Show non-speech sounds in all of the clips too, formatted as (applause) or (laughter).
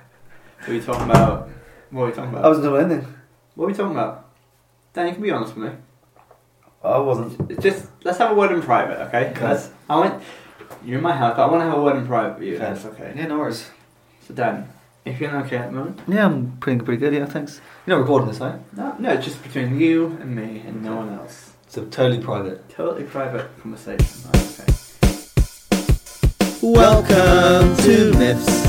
Are we talking about? What are we talking I about? wasn't doing anything. What are we talking about? Dan, you can be honest with me. I wasn't. Just let's have a word in private, okay? Okay. Let's- I want you're in my house, but I want to have a word in private with you. Okay. That's okay. Yeah, no worries. So Dan, if you're okay at the moment, Yeah, I'm pretty pretty good. Yeah, thanks. You're not recording this, are you? no, no, it's just between you and me and no one else. It's a totally private. Totally private conversation. Right, okay. Welcome to Myths.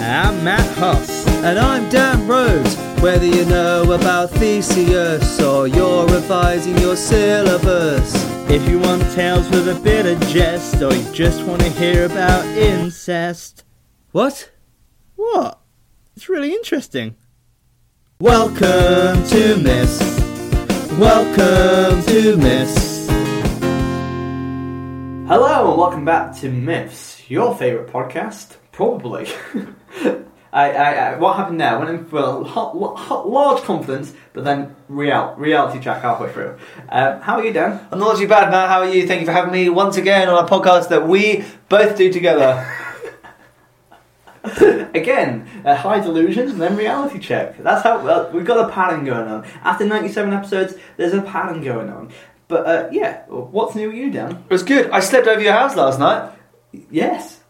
I'm Matt Hoss. And I'm Dan Rhodes. Whether you know about Theseus or you're revising your syllabus. If you want tales with a bit of jest or you just want to hear about incest. What? What? It's really interesting. Welcome to Myths. Welcome to Myths. Hello and welcome back to Myths, your favourite podcast, probably. (laughs) I, I, I, what happened there? Went in for a hot, hot, large confidence, but then real, reality check halfway through. Um, how are you, Dan? (laughs) I'm not too bad, Matt. How are you? Thank you for having me once again on a podcast that we both do together. Again, uh, high delusions and then reality check. That's how well, we've got a pattern going on. After 97 episodes, there's a pattern going on. But uh, yeah, what's new with you, Dan? it was good. I slept over your house last night. Yes.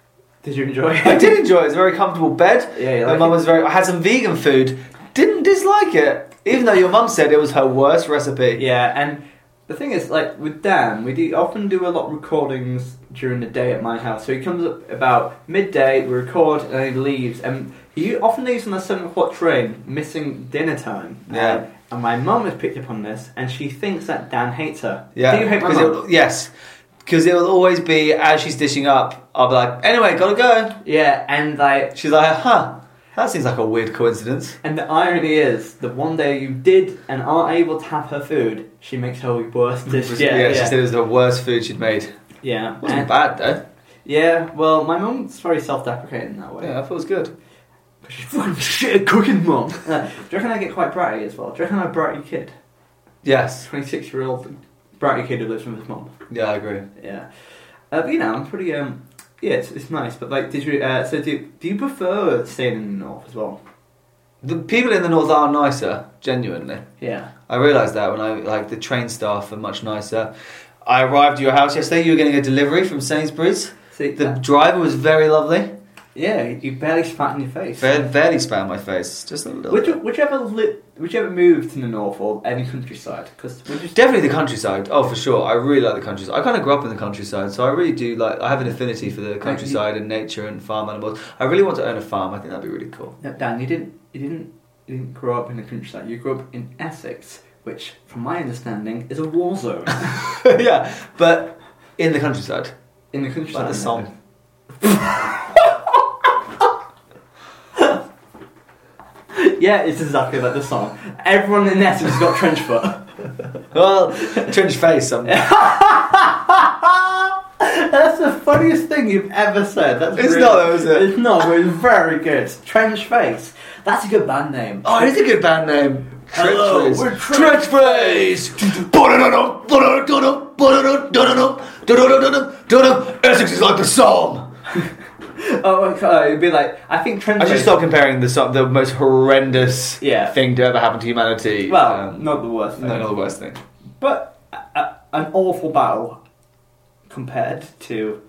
Did you enjoy it? I did enjoy it. It was a very comfortable bed. (laughs) Yeah, you my like mum it? was very. I had some vegan food. Didn't dislike it, even though your mum said it was her worst recipe. Yeah, and the thing is, like with Dan, we do often do a lot of recordings during the day at my house. So he comes up about midday, we record, and then he leaves. And he often leaves on the seven o'clock train, missing dinner time. Yeah. Uh, and my mum has picked up on this, and she thinks that Dan hates her. Yeah, Do you hate my 'cause mum? it'll- Yes, because it will always be as she's dishing up. I'll be like, anyway, gotta go. Yeah, and like, She's like, huh, that seems like a weird coincidence. and the irony is, the one day you did and aren't able to have her food, she makes her worst dish. Yeah, yeah, she yeah. said (laughs) it was the worst food she'd made. yeah. wasn't And- bad though. yeah, well, my mum's very self-deprecating in that way. Yeah, I thought it was good. She's fucking shit at cooking, (laughs) mum. Uh, do you reckon I get quite bratty as well? Do you reckon I'm a bratty kid? Yes, 26 year old bratty kid who lives with his mum. yeah, I agree. Yeah. Uh, but you know, I'm pretty, um, yeah, it's, it's nice. But like, did you, uh, so do, do you prefer staying in the north as well? The people in the north are nicer, genuinely. Yeah. I realised that when I like the train staff are much nicer. I arrived at your house yesterday. You were getting a delivery from Sainsbury's. See, The uh, driver was very lovely. yeah, you barely spat in your face. Fair, fairly spat in my face, just a little. Would you, would you ever li- would you ever move to the north or any countryside? Because would you Definitely the countryside. Oh, for sure. I really like the countryside. I kind of grew up in the countryside, so I really do like. I have an affinity for the countryside and nature and farm animals. I really want to own a farm. I think that'd be (laughs) really cool. No, Dan, you didn't, you didn't, you didn't grow up in the countryside. You grew up in Essex, which, from my understanding, is a war zone. yeah, but in the countryside, in the like countryside. the song. Yeah, it's exactly like the song. Everyone in Essex has got trench foot. (laughs) Well, (laughs) trench face. I'm, That's the funniest thing you've ever said. That's It's really- not though, is it? It's not, but it's very good. Trench Face. That's a good band name. Oh, it is a good band name. Hello, Trench we're face. Trench face. Essex is like the psalm. Oh, okay, uh, it'd be like I think Trench I Face. should stop comparing the song, the most horrendous Yeah. thing to ever happen to humanity. Well, Um, not the worst. Thing. No, not the worst thing. But a, a, an awful battle compared to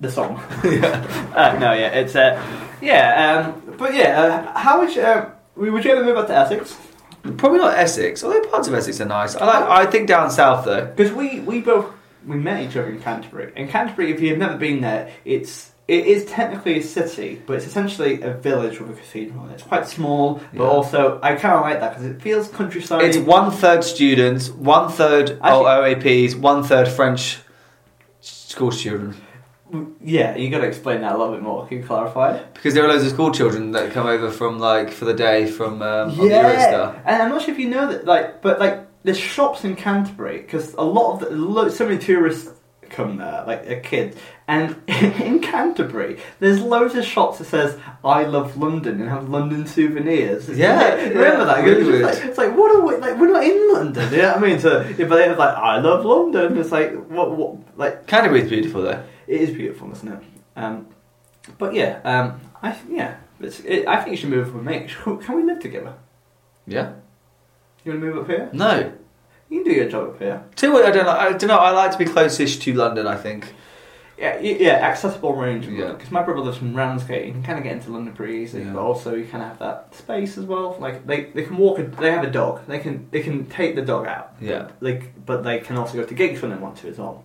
the (laughs) song. (laughs) uh, no, yeah, it's uh, yeah, um, but yeah, uh, how would you? Uh, would you ever move out to Essex? Probably not Essex, although parts of Essex are nice. I like. I think down south though. Because we, we both we met each other in Canterbury. And Canterbury, if you've never been there, it's it is technically a city, but it's essentially a village with a cathedral. in it. It's quite small, but Yeah. also I kind of like that because it feels countryside. It's one third students, one third I think- OAPs, one third French school children. yeah, you got to explain that a little bit more. Can you clarify? it? Because there are loads of school children that come over from like for the day from um, on the Eurostar. and I'm not sure if you know that, like, but like there's shops in Canterbury because a lot of the, lo- so many tourists come there, like a kid. And (laughs) in Canterbury, there's loads of shops that says "I love London" and have London souvenirs. Yeah, remember yeah, that? really It's like- weird. it's like what are we like? We're not in London. You know what I mean? So, yeah, but they have like "I love London." It's like what? What? Like Canterbury's beautiful though. it is beautiful, isn't it? Um, but yeah, um, I yeah. It's, it, I think you should move up with me. Sh- (laughs) Can we live together? Yeah. You want to move up here? No. You can do your job up here. Too I don't. Like, I don't know. I like to be close-ish to London. I think. Yeah, y- yeah, accessible range. Yeah. Because my brother lives from Ramsgate, you can kind of get into London pretty easy, Yeah. but also you kind of have that space as well. Like they, they can walk. A, they have a dog. They can they can take the dog out. Yeah. Like, but they can also go to gigs when they want to as well.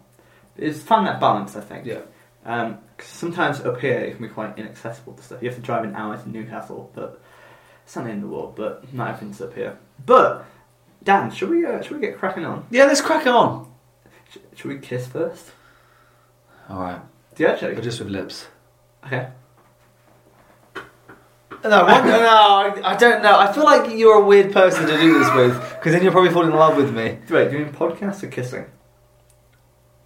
It's finding that balance, I think. Yeah. Um, 'cause sometimes up here it can be quite inaccessible to stuff. You have to drive an hour to Newcastle, but it's not the end of the world. But not everything's up here. But Dan, should we uh, should we get cracking on? Yeah. Let's crack on. Sh- should we kiss first? All right. Do you actually? But just with lips. Okay. No, one, no, I- I don't know. I feel like you're a weird person to do this with, because then you'll probably fall in love with me. Wait, do you mean podcasts or kissing?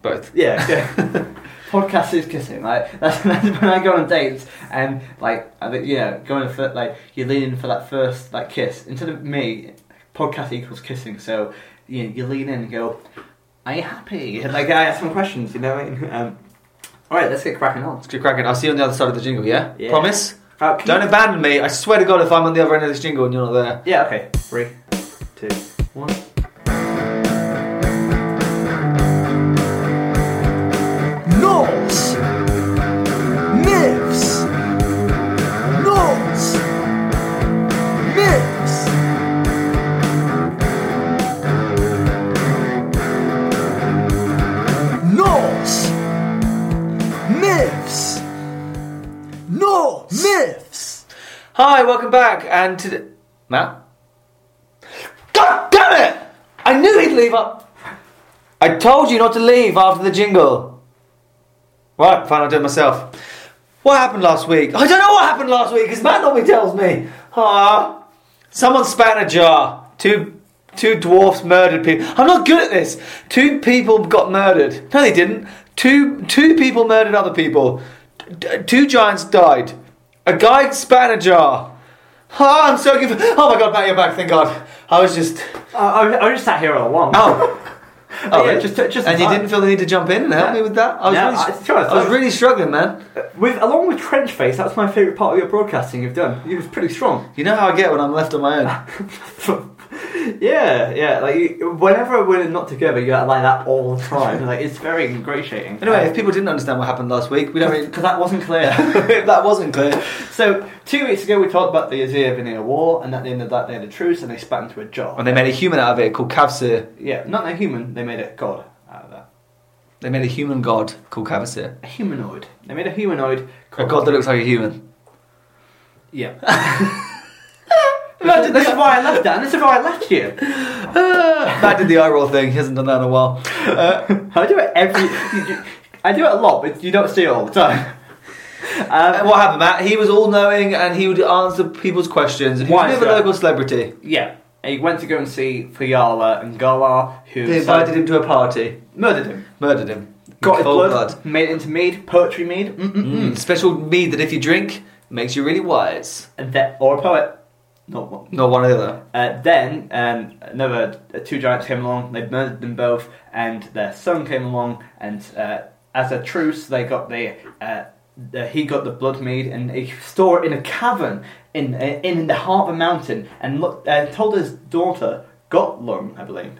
Both. (laughs) Yeah, yeah. podcast is kissing. Like (laughs) that's, that's when I go on dates and like I think, yeah, going for like you're leaning for that first like kiss. Instead of me, podcast equals kissing. So you you lean in and go, "Are you happy?" (laughs) And, Like I ask some questions, you know. what I mean? Um, all right, let's get cracking on. Let's get cracking. I'll see you on the other side of the jingle. Yeah. Yeah. Promise. Uh, can Don't you- abandon me. I swear to God, if I'm on the other end of this jingle and you're not there. yeah. Okay. Three, two, one. Norse myths. Norse myths. Norse myths. Norse myths. Hi, welcome back. And today, Matt. God damn it! I knew he'd leave. Up. I told you not to leave after the jingle. Right, fine. I'll do it myself. What happened last week? I don't know what happened last week because Matt normally tells me. Ah, someone spat in a jar. Two. Two dwarfs murdered people. I'm not good at this. Two people got murdered. No, they didn't. Two two people murdered other people. D- two giants died. A guy spat in a jar. Ah, I'm so confused. Oh my god, Matt, you're back. Thank God. I was just. Uh, I, was- I was just sat here all along. (laughs) Oh. yeah, right. just- just- and you didn't feel the need to jump in and help No. me with that? I was, No, really, I- it's true, I I was thought- really struggling, man. With along with trench face, that's my favourite part of your broadcasting you've done. You was pretty strong. You know how I get when I'm left on my (laughs) own. (laughs) yeah, yeah. Like you- whenever we're not together, you're like that all the time. like it's very ingratiating. Anyway, if people didn't understand what happened last week, we don't (laughs) really. because that wasn't (laughs) clear. if that wasn't clear. so two weeks ago, we talked about the Azir Veneer War, and at the end of that, they had a truce and they spat into a jar. And they made a human out of it called Kavsir. yeah, not a human. They made a god out of that. They made a human god called Kavsir. A humanoid. They made a humanoid. A god that looks like a human. (laughs) Yeah. (laughs) This is- this is (laughs) why I left Dan. This is why I left you. Matt did the eye roll thing, he hasn't done that in a while. Uh, I do it every. I do it a lot, but you don't see it all the time. and Um, what happened, Matt? He was all knowing and he would answer people's questions. And he was Why a is bit of a that? local celebrity. yeah, he went to go and see Fiala and Galar, who They decided- invited him to a party, murdered him, murdered him. got In his cold blood, made it into mead, poetry mead, mm-mm-mm. Mm, special mead that if you drink makes you really wise. and then or a poet. Not one. Not one or the other. Uh, then um, another uh, two giants came along. They murdered them both, and their son came along. And uh, as a truce, they got the, uh, the he got the blood mead, and he store it in a cavern in uh, in the heart of a mountain. And look, uh, told his daughter Gotlung, I believe,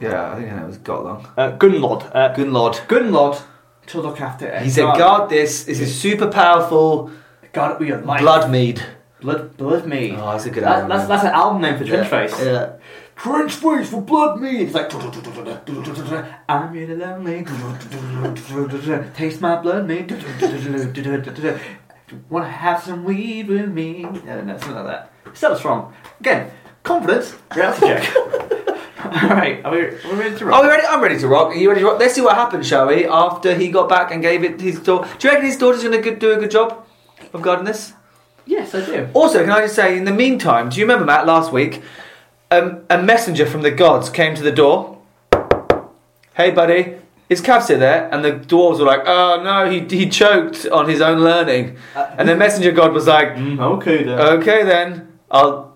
Yeah, I think that was Gotlong. uh, Gunlod, uh, Gunlod. Gunlod, to look after it. He said, guard this. This is super powerful guard it with your life, blood mead. blood, blood mead." Oh, that's a good That- album. that's, that's an album name for Trench Yeah, Face. Yeah. Trench face for blood mead. It's like (laughs) I'm really lonely. (laughs) Taste my blood (laughs) mead. Want to have some weed with me? I don't know, something like that. So strong. Again, confidence. Reality (laughs) check. (laughs) All right, are we, are we ready to Are rock? we Oh, ready? I'm ready to rock. Are you ready to rock? Let's see what happened, shall we? After he got back and gave it his daughter. Do you reckon his daughter's going to do a good job of guarding this? yes, I do. Also, can I just say, in the meantime, do you remember Matt last week? Um, a messenger from the gods came to the door. Hey, buddy, is Kavsir there? And the dwarves were like, "Oh no, he he choked on his own learning." Uh, and the messenger god was like, Mm, okay then. "Okay then, I'll."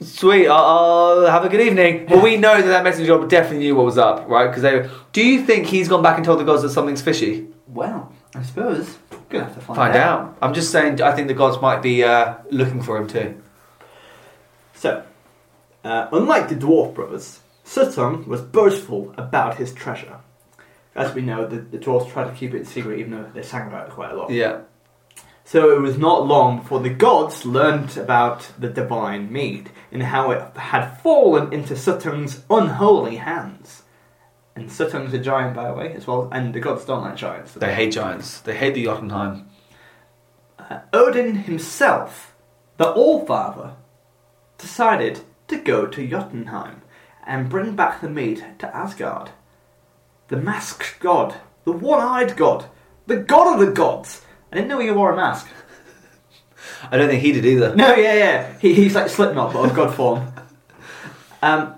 Sweet, I'll, I'll have a good evening. Well, we know that that messenger god definitely knew what was up, right? Because they. Do you think he's gone back and told the gods that something's fishy? well, I suppose. Gonna have to find, Find out. I'm just saying. I think the gods might be uh, looking for him too. So, uh, unlike the Dwarf Brothers, Suttung was boastful about his treasure. As we know, the, the dwarves tried to keep it secret, even though they sang about it quite a lot. Yeah. So it was not long before the gods learnt about the divine mead and how it had fallen into Sutung's unholy hands. And Sutung's a giant, by the way, as well, and the gods don't like giants. do They hate giants. They hate the Jotunheim. Uh, Odin himself, the Allfather, decided to go to Jotunheim and bring back the mead to Asgard. The masked god, the one eyed god, the god of the gods. I didn't know he wore a mask. (laughs) I don't think he did either. No, yeah, yeah. He, he's like Slipknot, but of God form. (laughs) Um,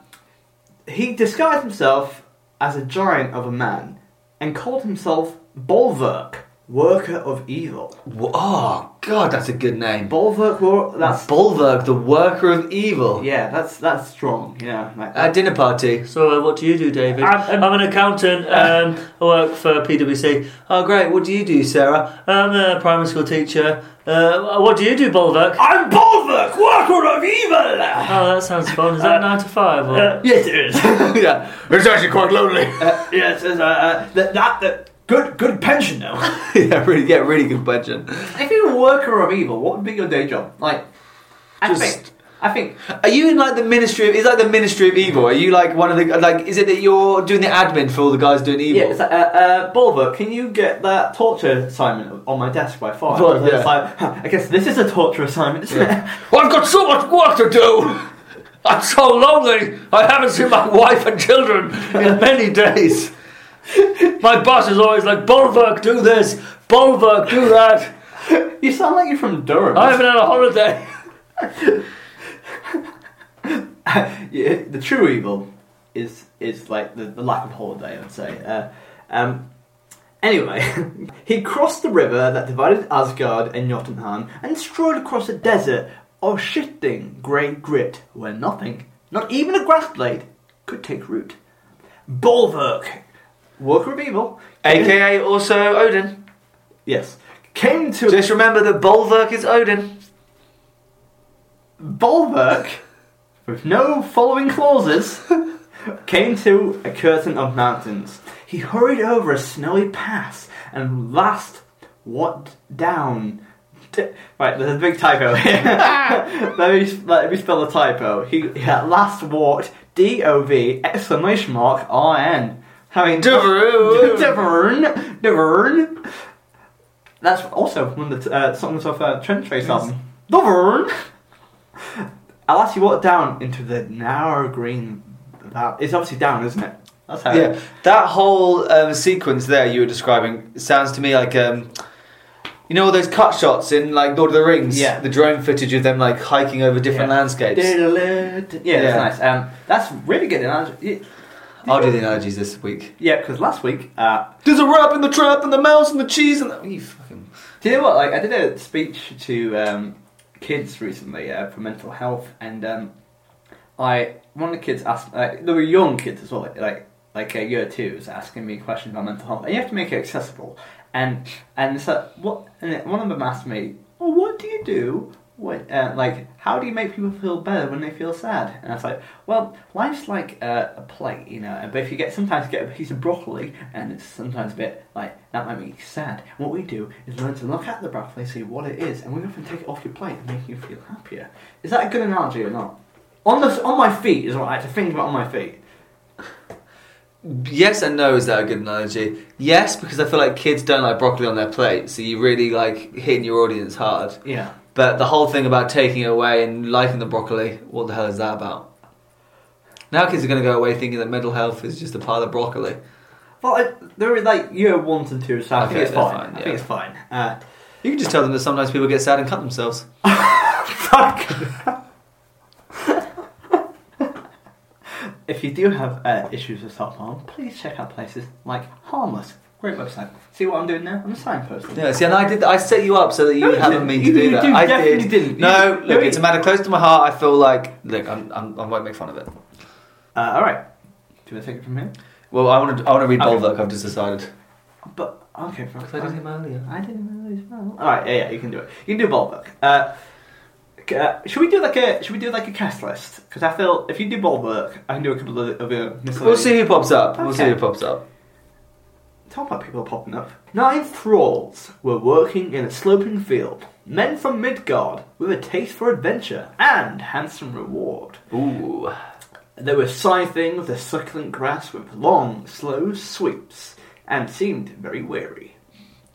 he disguised himself as a giant of a man and called himself Bolverk, Worker of Evil. Wha- Oh God, that's a good name. Bolverk, wor- that's Bulwark, the worker of evil. yeah, that's that's strong. You know, like, At Uh, dinner party. So, uh, what do you do, David? I'm- I'm, an accountant. Um, I work for PwC. Oh, great. What do you do, Sarah? I'm a primary school teacher. Uh, what do you do, Bulwark? I'm Bolverk, Worker of (laughs) Evil. Oh, that sounds fun. Is that nine to five? Or? Uh, yes, it is. (laughs) yeah, it's actually quite (laughs) lonely. Uh, yes, it is. Uh, uh, that that. that Good, good pension though. yeah, really, yeah, really good budget. (laughs) if you were a worker of evil, what would be your day job? Like, I Just- think, I think Are you in like the ministry? Of, is like the ministry of evil? Are you like one of the like? Is it that you're doing the admin for all the guys doing evil? Yeah, it's like, uh, uh, Bulver, can you get that torture assignment on my desk by five? Right, And it's yeah. like, (laughs) huh, I guess this is a torture assignment, isn't Yeah. Well, I've got so much work to do. I'm so lonely. I haven't seen my wife and children in many days. My boss is always like, Bulwark, do this. Bulwark, do that. it? (laughs) You sound like you're from Durham. I haven't had a holiday. (laughs) yeah, the true evil is is like the, the lack of holiday, I'd say. Uh, um, anyway, (laughs) he crossed the river that divided Asgard and Jotunheim and strode across a desert of shifting grey grit where nothing, not even a grass blade, could take root. Bulwark, worker of evil, AKA also Odin. Yes. Came to Just remember that Bulwark is Odin. Bulwark with no following clauses. came to a curtain of mountains. He hurried over a snowy pass and last what down. d- Right, there's a big typo here. (laughs) let, me, let me spell the typo. He, he at last walked D O V exclamation mark R N. Having (laughs) Devereaux. Devern Devern. That's also one of the uh, songs of uh, Trent Trace album. Devern. Alas, he walked down into the narrow green. val- It's obviously down, isn't it? That's how. Yeah, that whole um, sequence there you were describing sounds to me like um, you know all those cut shots in like Lord of the Rings. Yeah. the drone footage of them like hiking over different Yeah. landscapes. Diddle-it. Yeah, that's Yeah. nice. Um, that's really good. analogy. I'll do the analogies this week. Yeah, because last week, uh, There's a rap in the trap and the mouse and the cheese and the, you fucking do you know what? Like, I did a speech to um, kids recently uh, for mental health, and um, I one of the kids asked. Like, there were young kids as well, like like, like uh, year twos, asking me questions about mental health, and you have to make it accessible. And and so what? And one of them asked me, "Well, what do you do when uh, like how do you make people feel better when they feel sad?" And I was like, "Well, life's like uh, a plate, you know. But if you get sometimes get a piece of broccoli, and it's sometimes a bit like that might make you sad. What we do is learn to look at the broccoli, see what it is, and we often take it off your plate and make you feel happier. Is that a good analogy or not?" On the on my feet is what I had to think about on my feet. Yes and no is that a good analogy? Yes, because I feel like kids don't like broccoli on their plate, so you really like hitting your audience hard. Yeah. But the whole thing about taking it away and liking the broccoli, what the hell is that about? Now kids are going to go away thinking that mental health is just a pile of broccoli. Well, I, there were like year ones and twos, so I think Okay, it's they're fine. fine, I yeah. think it's fine. Uh, You can just tell them that sometimes people get sad and cut themselves. fuck. Uh, (laughs) if you do have uh, issues with self harm, please check out places like Harmless. Great website. See what I'm doing there? I'm signpost. Yeah, see, and I did. I set you up so that you No, you didn't. haven't mean to You- do you that. do- I definitely did. didn't. You- No, no, look, you- it's a matter close to my heart. I feel like, look, I'm, I'm, I won't make fun of it. Uh, Alright. Do you want to take it from here? Well, I want to. I want to read Okay. Bulwark. I've just decided. But Okay, fine. Because I did him earlier. I didn't know as well. All right, yeah, yeah, you can do it. You can do Bulwark. Uh, c- uh, should we do like a should we do like a cast list? Because I feel if you do Bulwark, I can do a couple of other We'll see who pops up. We'll see Okay. who pops up. Talk about people popping up. Nine thralls were working in a sloping field. Men from Midgard with a taste for adventure and handsome reward. Ooh. They were scything the succulent grass with long, slow sweeps and seemed very weary.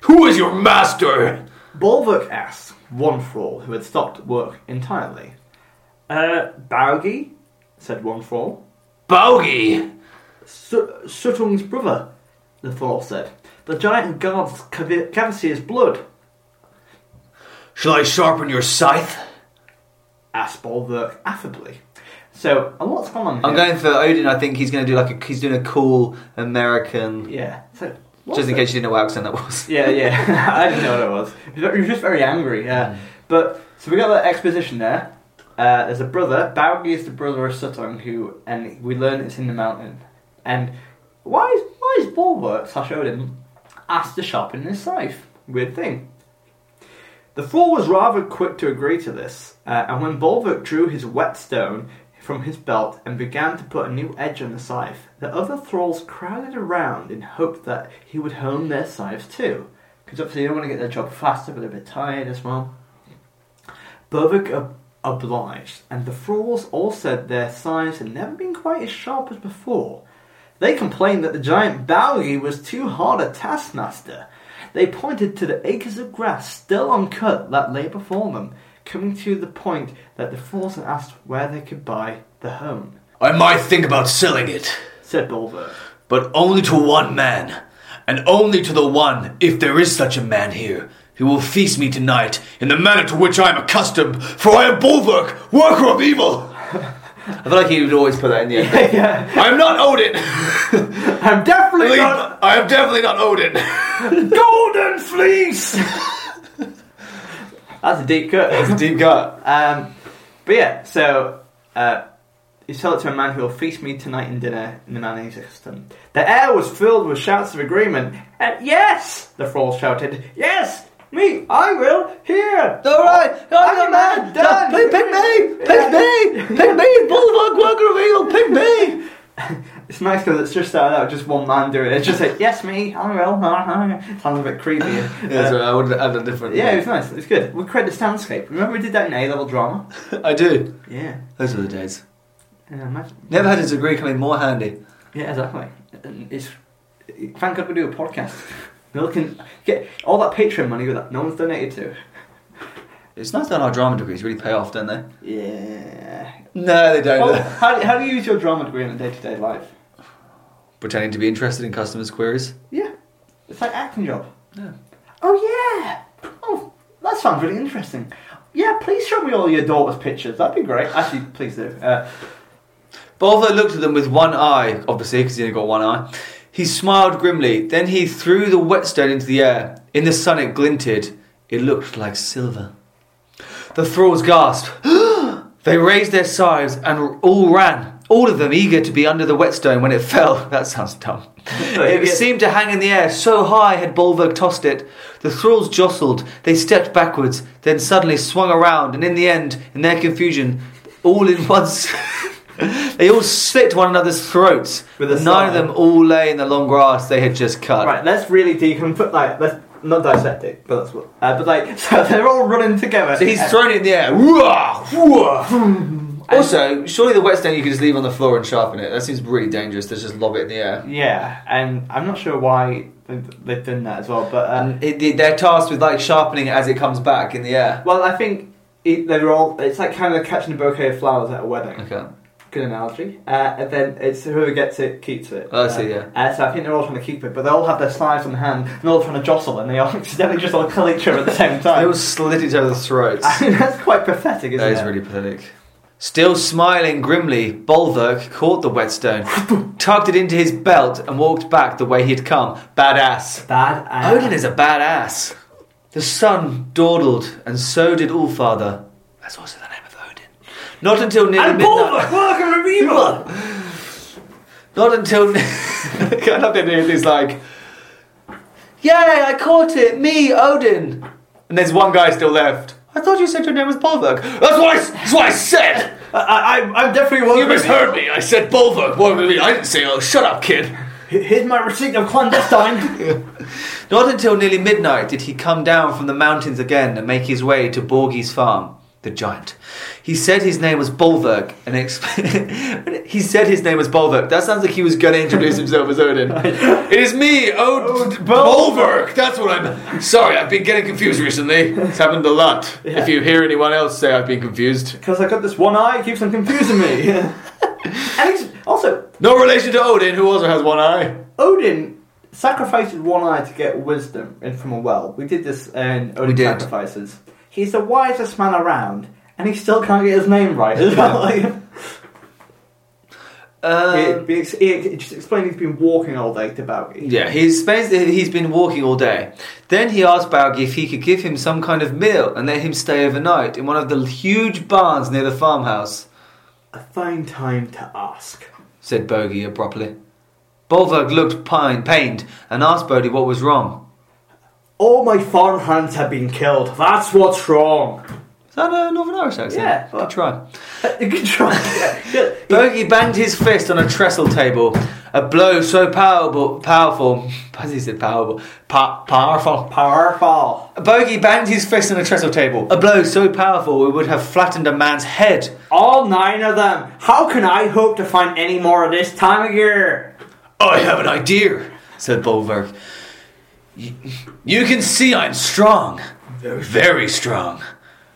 Who is your master? Bulwark asked one thrall who had stopped work entirely. Uh, Baugi, said one thrall. Bogie. Su- Sutung's brother, the thrall said. The giant guards Cav- Cavasir's blood, Shall I sharpen your scythe? asked Bulwark affably. So, a lot's gone on here. I'm going for Odin. I think he's going to do like a, he's doing a cool American. Yeah. So, what's Just in it? case you didn't know what accent that (laughs) was. Yeah, yeah. I didn't know what it was. He was- he was just very angry, yeah. But, so we got that exposition there. Uh, there's a brother. Baugi is the brother of Suttung, who, and we learn it's in the mountain. And why is, why is Bulwark slash Odin asked to sharpen his scythe? Weird thing. The fool was rather quick to agree to this, uh, and when Bulwark drew his whetstone from his belt and began to put a new edge on the scythe, the other thralls crowded around in hope that he would hone their scythes too. Because obviously they want to get their job faster, but they're a bit tired as well. Bulwark ob- obliged, and the thralls all said their scythes had never been quite as sharp as before. They complained that the giant Bowgie was too hard a taskmaster. They pointed to the acres of grass still uncut that lay before them, coming to the point that the fools had asked where they could buy the home, I might think about selling it, said Bulwark. but only to one man, and only to the one, if there is such a man here, who will feast me tonight in the manner to which I am accustomed. For I am Bulwark, worker of evil. (laughs) I feel like he would always put that in the (laughs) end. yeah, I am not (laughs) Odin. I'm definitely not I am definitely not (laughs) Odin. Golden Fleece! That's a deep cut. (laughs) (laughs) Deep cut. Um, but yeah, so uh, you tell it to a man who will feast me tonight in dinner in the manner he's accustomed. The air was filled with shouts of agreement. Uh, yes, the thrall shouted. Yes, me, I will. Here, All right, I'm the man. Done. Pick, pick me, pick me, pick me, Bulwark, worker of evil, pick me. (laughs) it's nice because it's just started out just one man doing it. It's just like yes, me, I will. (laughs) Sounds a bit creepy. Yeah, Uh, so I would have added a different. yeah, it was nice. It was good. We created a soundscape. Remember we did that in A level drama? I do. Yeah. Those were the days. Uh, imagine. Never had a degree come in more handy. Yeah, exactly. And It's thank God we do a podcast. (laughs) No one can get all that Patreon money that no one's donated to. It's nice that our drama degrees really pay off, don't they? Oh. Yeah. No, they don't. Well, how, do- how do you use your drama degree in day to day life? Pretending to be interested in customers' queries. Yeah, it's like acting job. Yeah. Oh yeah. Oh, that sounds really interesting. Yeah, please show me all your daughter's pictures. That'd be great. Actually, please do. Uh, Bolvo looked at them with one eye, obviously, because he only got one eye. He smiled grimly. Then he threw the whetstone into the air. In the sun, it glinted. It looked like silver. The thralls gasped. (gasps) they raised their scythes and all ran, all of them eager to be under the whetstone when it (laughs) fell. That sounds (laughs) dumb. it Yeah. seemed to hang in the air, so high had Bolverg tossed it. The thralls jostled, they stepped backwards, then suddenly swung around, and in the end, in their confusion, all in (laughs) one. s- they all slit one another's throats. With a None of sigh. them all lay in the long grass they had just cut. Right, let's really decompose. Like, let's not dissect it, but that's what. Uh, but like, (laughs) so they're all running together. So he's And- thrown it in the air. Whoa! Whoa! Also, surely the whetstone you can just leave on the floor and sharpen it. That seems really dangerous to just lob it in the air. Yeah, and I'm not sure why they- they've done that as well, but um, And it, they're tasked with like sharpening it as it comes back in the air. well, I think it, they were all. It's like kind of catching a bouquet of flowers at a wedding. Okay. Good analogy. Uh, and then it's whoever gets it keeps it. Oh, I see, yeah. Uh, so I think they're all trying to keep it, but they all have their slides on hand and they're all trying to jostle, and they all (laughs) accidentally just all kill each other at the same They all time. slit each other's (laughs) throats. I mean, (laughs) that's quite pathetic, isn't That is it? really pathetic. Still smiling grimly, Bolverk caught the whetstone, (laughs) tugged it into his belt, and walked back the way he had come. Badass. bad. And Odin is a badass. The sun dawdled, and so did Ulfather. That's also the name of Odin. Not until nearly and midnight. Bulwark, worker of evil. (laughs) Not until. I love the idea. He's like, Yay, I caught it! Me, Odin! And there's one guy still left. I thought you said your name was Bolverk. That's what I, s- that's what I said! I, I, I'm- I'm definitely one You of the- misheard me. I said Bolverk. What do you mean? I didn't say, oh, shut up, kid. Here's my receipt of (laughs) clandestine. Not until nearly midnight did he come down from the mountains again and make his way to Borgi's farm, the giant. He said his name was Bolverk and exp- (laughs) he said his name was Bolverk. That sounds like he was going to introduce himself as Odin. it is me, Od Bolverk. That's what I'm. Sorry, I've been getting confused recently. It's happened a lot. If you hear anyone else say I've been confused, Because I got this one eye, it keeps on confusing me. and it's, also, no relation to Odin, who also has one eye. Odin sacrificed one eye to get wisdom in from a well. We did this in Odin did. Sacrifices. He's the wisest man around, and he still can't get his name right as well. (laughs) Um, Like, he, he, ex- he, he just explained he's been walking all day to Baugi. Yeah, he's basically, he's been walking all day. Then he asked Baugi if he could give him some kind of meal and let him stay overnight in one of the huge barns near the farmhouse, A fine time to ask. said Bogie abruptly. Bolverg looked pine, pained and asked Bodhi what was wrong. All my farmhands have been killed. That's what's wrong. Is that a Northern Irish accent? Yeah. Good try. Good try. Yeah, (laughs) yeah. Bogie banged his fist on a trestle table. A blow so powerful, powerful, (laughs) as he said, powerful, pa- powerful, Powerful. Bogey banged his fist on a trestle table. A blow so powerful it would have flattened a man's head. All nine of them. How can I hope to find any more of this time of year? I have an idea, said Bolverk. "You- You can see I'm strong. Very strong.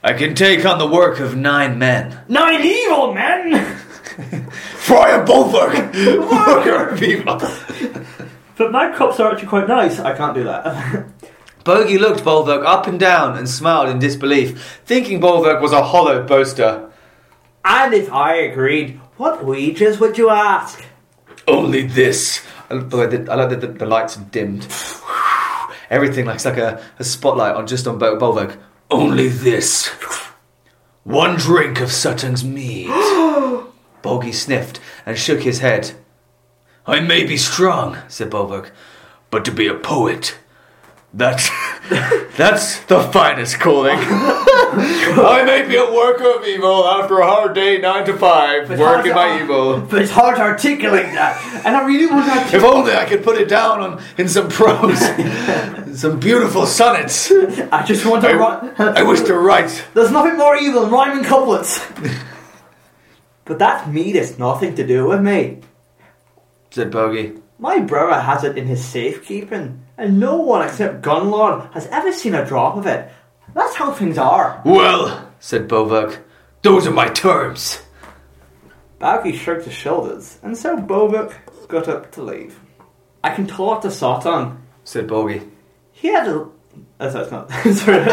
I can take on the work of nine men. Nine evil men! (laughs) Friar (laughs) Bolverk! Worker of evil! But my cups are actually quite nice. I can't do that. (laughs) Bogey looked Bolverk up and down and smiled in disbelief, thinking Bolverk was a hollow boaster. and if I agreed, what wages would you ask? Only this. I like that, I like that the, the lights have dimmed. Everything looks like a, a spotlight on just on Bol- Bolverk. Only this. One drink of Sutton's (gasps) mead. Bogey sniffed and shook his head. I may be strong, said Bolverk, but to be a poet, (laughs) that's, that's the finest (laughs) calling. I may be a worker of evil after a hard day, nine to five, working my evil. But it's hard to articulate that. And I really want to If articulate only I could put it down on, in some prose, (laughs) some beautiful sonnets. I just want to I, write. I wish to write. (laughs) There's nothing more evil than rhyming couplets. (laughs) but that meat has nothing to do with me. Said Bogey. My brother has it in his safekeeping, and no one except Gunlord has ever seen a drop of it. That's how things are. Well, said Bovak, those are my terms. Baggy shrugged his shoulders, and so Bovik got up to leave. I can talk to Sartan. Said Bogey. He had a. Oh, sorry, it's not. (laughs) sorry.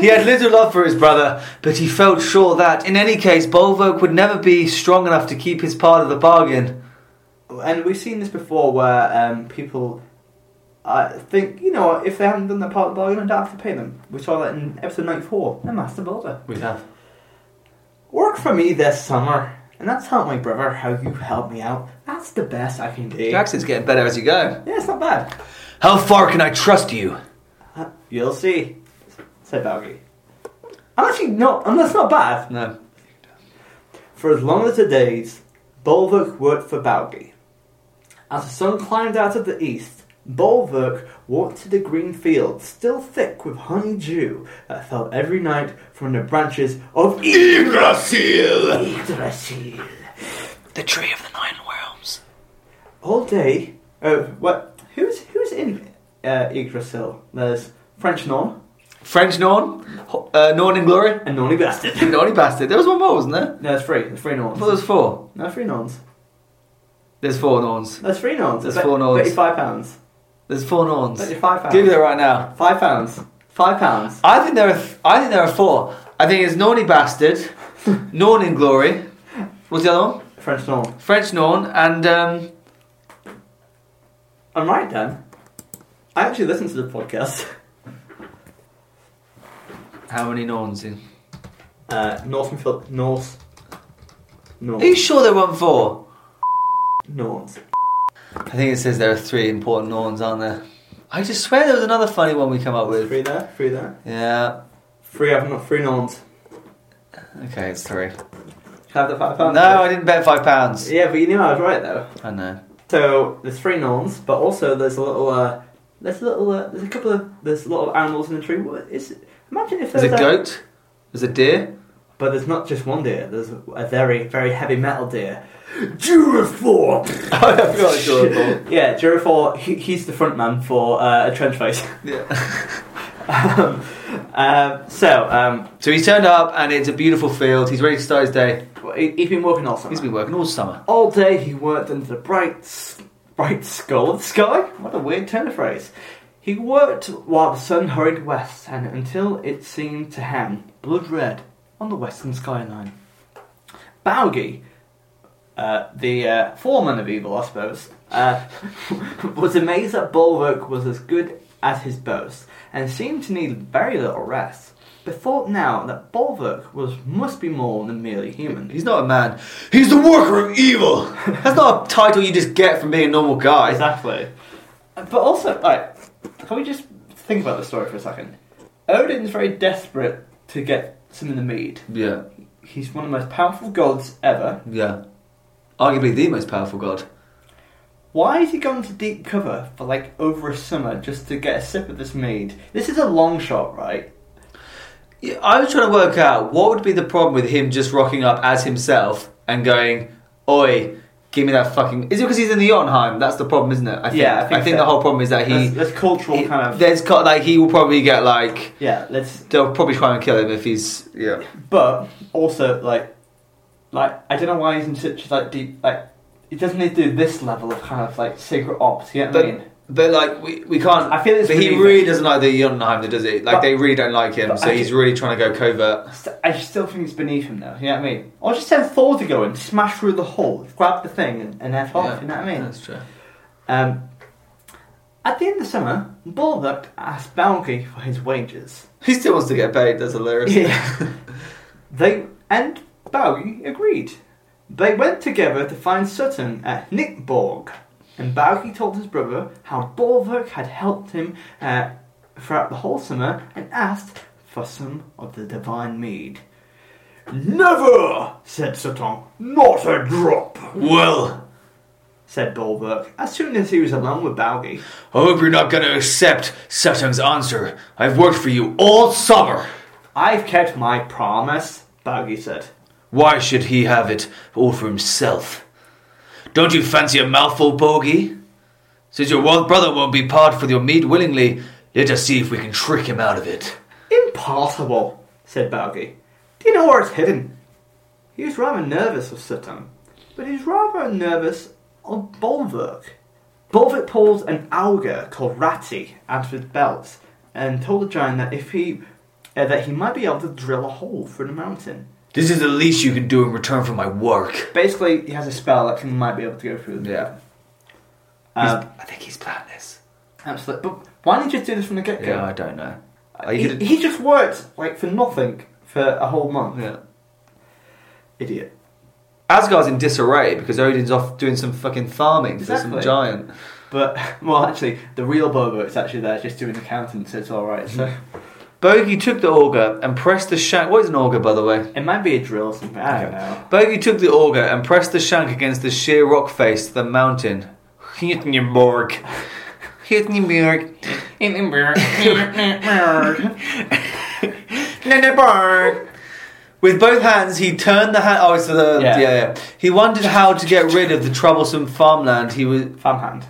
He had little love for his brother, but he felt sure that, in any case, Bolverk would never be strong enough to keep his part of the bargain. and we've seen this before where um, people uh, think, you know, what, if they haven't done their part of the bargain, I don't have to pay them. We saw that in episode 94, The Master Builder. We have. Work for me this summer, and that's how my brother, how you helped me out. That's the best I can do. Your accent's getting better as you go. Yeah, it's not bad. How far can I trust you? Uh, You'll see, said Boggy. I'm actually not, and that's not bad. No. For as long as the days, Bulwark worked for Baugi. As the sun climbed out of the east, Bulwark walked to the green fields, still thick with honey dew that fell every night from the branches of Yggdrasil! Yggdrasil. The tree of the nine realms. All day. Oh, what? Who's who's in uh, Yggdrasil? There's French non French Norn? Ho- Uh, Norn in glory? (laughs) and Nonny bastard. (laughs) The only bastard. There was one more, wasn't there? No, there's three. There's three I thought there Norns. was four. No, three Norns. There's four Norns. There's three Norns. There's four Norns. Thirty-five pounds. There's four Norns. Thirty-five pounds. Give me that right now. Five pounds. Five pounds. I think there are. Th- I think there are four. I think it's Norny (laughs) bastard, Norn in glory. What's the other one? French norm. French Norn and um, I'm right, Dan. I actually listened to the podcast. how many Norns? In? Uh, Northern Phil- Norse. Norse. Are you sure there weren't four? Norse. I think it says there are three important Norns, aren't there? I just swear there was another funny one we come up with. Three there, three there. Yeah. Three have not three nons. Okay, it's three. Have the five No, pounds. I didn't bet five pounds. Yeah, but you knew I was right though. I know. So there's three nons, but also there's a little, uh, there's a little, uh, there's a couple of, there's a lot of animals in the tree. What is? Imagine if There's there's a goat. There's a deer. But there's not just one deer. There's a very, very heavy metal (laughs) deer. (laughs) Jurafor. Oh, I forgot it's adorable. yeah, Jurafor. He, he's the front man for uh, a trench face. (laughs) Yeah. um, um, so um, (laughs) So he's turned up and it's a beautiful field. He's ready to start his day. he, he's been working all summer. He's been working all summer. all day. He worked under the bright, s- bright skull of the sky. What a weird turn of phrase. He worked while the sun hurried west, and until it seemed to hang blood red on the western skyline. Bowgie, uh, the uh, foreman of evil, I suppose, uh, (laughs) was amazed that Bulwark was as good as his boast, and seemed to need very little rest, but thought now that Bulwark was must be more than merely human. He's not a man. He's the worker of evil. (laughs) That's not a title you just get from being a normal guy. Exactly. But also, like, can we just think about the story for a second? Odin's very desperate to get some of the mead. Yeah, He's one of the most powerful gods ever. yeah. Arguably the most powerful god. Why is he going to deep cover for like over a summer just to get a sip of this mead? This is a long shot, right? Yeah, I was trying to work out what would be the problem with him just rocking up as himself and going, "Oi, give me that fucking." Is it because he's in the Jotunheim? That's the problem, isn't it? I think, Yeah, I think so. the whole problem is that he. There's, there's cultural he- kind of. There's co- like he will probably get like yeah, let's. they'll probably try and kill him if he's yeah. But also, like, like I don't know why he's in such like deep like. He doesn't need to do this level of kind of like secret ops. You know what I mean? But, but like we, we can't. I feel it's but he really- really doesn't like the Jotunheim, does he? Like But- they really don't like him, but so I he's ju- really trying to go covert. St- I still think it's beneath him, though. You know what I mean? Or just send Thor to go and smash through the hole, grab the thing, and, and F off. Oh, You know what I mean? That's true. Um, at the end of summer, Bulwark asked Balgi for his wages. He still wants to get paid. That's hilarious. Yeah. (laughs) they and Balgi agreed. They went together to find Sutton at Nickborg, and Balgi told his brother how Bulwark had helped him uh, throughout the whole summer and asked for some of the divine mead. Never, said Sutton. Not a drop, well, said Bulwark, as soon as he was alone with Balgi. I hope you're not going to accept Sutton's answer. I've worked for you all summer. I've kept my promise, Balgi said. Why should he have it all for himself? Don't you fancy a mouthful, Bogie? Since your one brother won't be part with your meat willingly, let us see if we can trick him out of it. Impossible, said Balgi. Do you know where it's hidden? He was rather nervous of Sutton, but he was rather nervous of Bulwark. Bulwark pulled an auger called Ratty out of his belt and told the giant that if he uh, that he might be able to drill a hole through the mountain. This is the least you can do in return for my work. Basically, he has a spell that he might be able to go through. Yeah. um, I think he's planned this. absolutely. But why didn't you just do this from the get go? Yeah, Uh, I don't know. he, he just worked like for nothing for a whole month. yeah. Idiot. Asgard's in disarray because Odin's off doing some fucking farming for some Exactly. giant. But (laughs) well, actually, the real Bobo is actually there, just doing accountant, so it's all right. So Bogey took the auger and pressed the shank. What is an auger, by the way? it might be a drill or something. I don't know. Bogey took the auger and pressed the shank against the sheer rock face of the mountain. Hittenborg. Hittenborg. Hittenborg. With both hands, he turned the hand. Oh, it's the yeah. Yeah. yeah, He wondered how to get rid of the troublesome farmland he was Farmhand.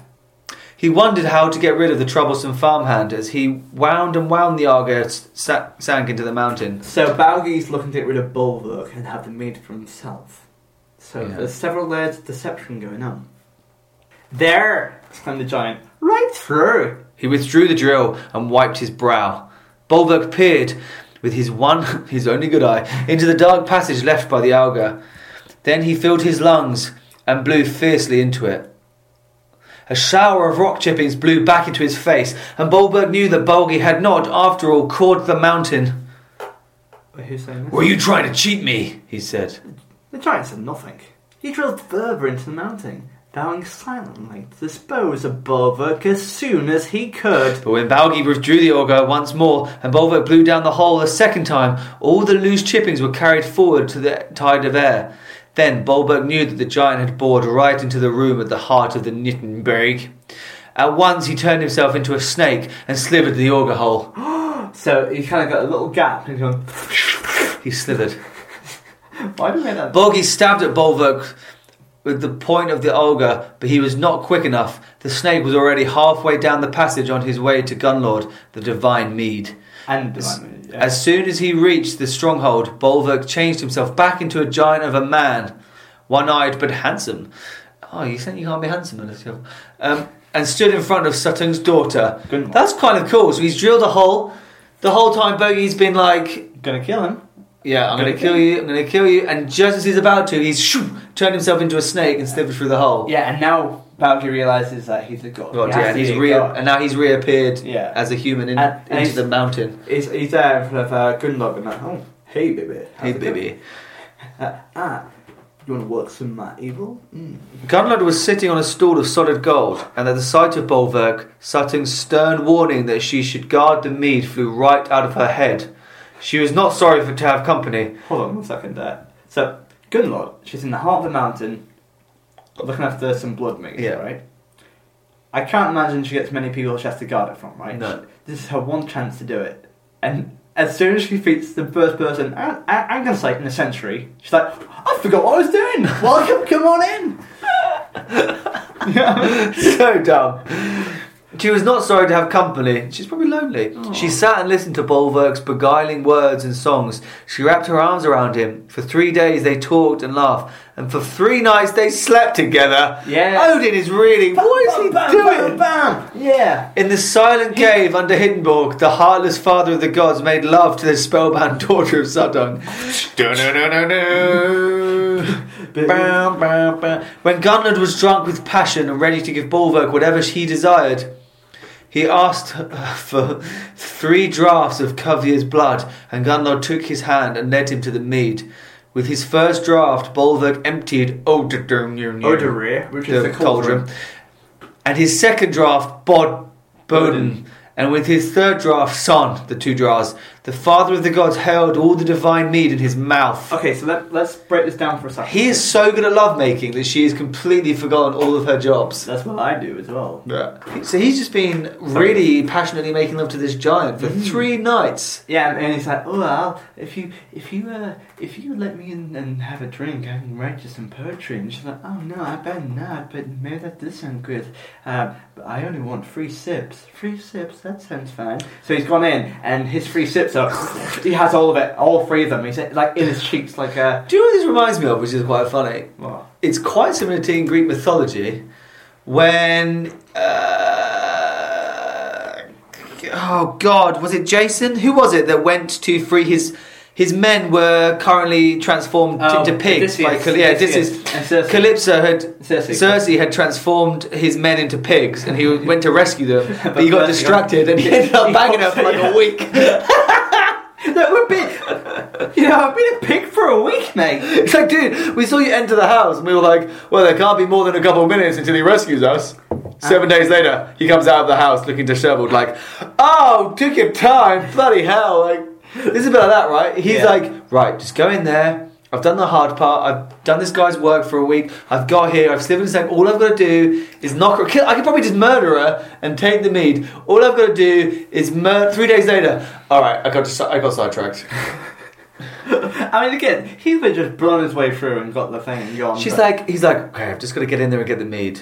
He wondered how to get rid of the troublesome farmhand as he wound and wound the auger s- sa- sank into the mountain. So Balgi's looking to get rid of Bulwark and have the mead for himself. So Yeah. there's several layers of deception going on. There, exclaimed the giant, right through. He withdrew the drill and wiped his brow. Bulwark peered with his one, (laughs) his only good eye, into the dark passage left by the auger. Then he filled his lungs and blew fiercely into it. A shower of rock chippings blew back into his face, and Bulwark knew that Bulgy had not, after all, caught the mountain. Wait, who's saying this? Were you trying to cheat me? he said. The giant said nothing. He drilled further into the mountain. bowing silently to dispose of Bulwark as soon as he could. But when Balgi withdrew the auger once more and Bulwark blew down the hole a second time, all the loose chippings were carried forward to the tide of air. Then Bulwark knew that the giant had bored right into the room at the heart of the Nittenberg. At once he turned himself into a snake and slithered to the auger hole. (gasps) So he kind of got a little gap and going, He slithered. why do we make that? Bulgi stabbed at Bulwark with the point of the auger, but he was not quick enough. The snake was already halfway down the passage on his way to Gunlord, the divine mead. and As- yeah. As soon as he reached the stronghold, Bulwark changed himself back into a giant of a man, one eyed but handsome. Oh, you saying you can't be handsome unless you're. Um, and stood in front of Sutton's daughter. Good one. That's kind of cool. So he's drilled a hole. The whole time, Bogey's been like, gonna kill him. Yeah, I'm going to Okay. kill you, I'm going to kill you. And just as he's about to, he's shoo, turned himself into a snake and slithered through the hole. Yeah, and now Boundary realizes that he's a god. God, He yeah, has and to he's be a rea- god. and now he's reappeared Yeah. as a human in, And- and into he's- the mountain. He's, he's there in front of uh, Gundog and like, oh, hey, baby. how's Hey, it going? baby. Uh, ah, you want to work some of my evil? Mm. Gunlod was sitting on a stool of solid gold, and at the sight of Bulwark, Sutton's stern warning that she should guard the mead flew right out of her head. She was not sorry for to have company. (laughs) Hold on one second there. So, Gunlord, she's in the heart of the mountain, looking after some blood mix, Yeah. right? I can't imagine she gets many people she has to guard it from, right? No. This is her one chance to do it. And as soon as she defeats the first person, Ang- Ang- Anglesite in a century, she's like, I forgot what I was doing! Welcome, come on in! (laughs) Yeah. so dumb. She was not sorry to have company. She's probably lonely. She sat and listened to Bulwark's beguiling words and songs. She wrapped her arms around him. For three days they talked and laughed, and for three nights they slept together. Yes. Odin is really. What is he Bam, bam, doing? bam, bam. Yeah. In the silent cave under Hindenburg, the heartless father of the gods made love to the spellbound (laughs) daughter of Sudung. Bow, bow, bow. when Gunlod was drunk with passion and ready to give Bulwark whatever he desired, he asked her for three draughts of Covier's blood, and Gunlod took his hand and led him to the mead. With his first draught, Bulwark emptied Odadir, Odarir, which is the cauldron. and his second draft, Bod Boden, Boden. and with his third draft, Son, the two jars, the father of the gods held all the divine mead in his mouth. Okay, so let, let's break this down for a second. He is so good at lovemaking that she has completely forgotten all of her jobs. That's what I do as well. So he's just been really passionately making love to this giant for Mm. three nights. Yeah, and- and he's like, "Oh well, if you if you uh, if you let me in and have a drink, I can write you some poetry." And she's like, "Oh no, I bet not. But maybe that does sound good. Um, but I only want three sips. Three sips. That sounds fine." So he's gone in, and his three sips are. he has all of it, all three of them. He's like in his cheeks, like uh, a. Do you know what this reminds me of, which is quite funny? It's quite similar to in Greek mythology when. Uh, oh God, was it Jason? Who was it that went to free his. His men were currently transformed Oh, into pigs. Odysseus. Cal- yeah, Odysseus. Odysseus. And Circe. Calypso had Circe. Circe had transformed his men into pigs, (laughs) and he went to rescue them, but he got But- distracted, and he ended (laughs) up He banging her got- for like yeah. a week. That would be. You know, I've been a pig for a week, (laughs) mate. It's like, dude, we saw you enter the house, and we were like, well, there can't be more than a couple of minutes until he rescues us. Seven days later, he comes out of the house looking disheveled, like, oh, took your time, bloody hell. Like, this is a bit like that, right? He's Yeah. like, right, just go in there. I've done the hard part. I've done this guy's work for a week. I've got here. I've slipped and said, all I've got to do is knock her. Kill, I could probably just murder her and take the mead. All I've got to do is mur- Three days later, all right, I got, dis- I got sidetracked. (laughs) (laughs) I mean, again, he's been just blown his way through and got the thing and gone. She's but- like, he's like, okay, I've just got to get in there and get the mead.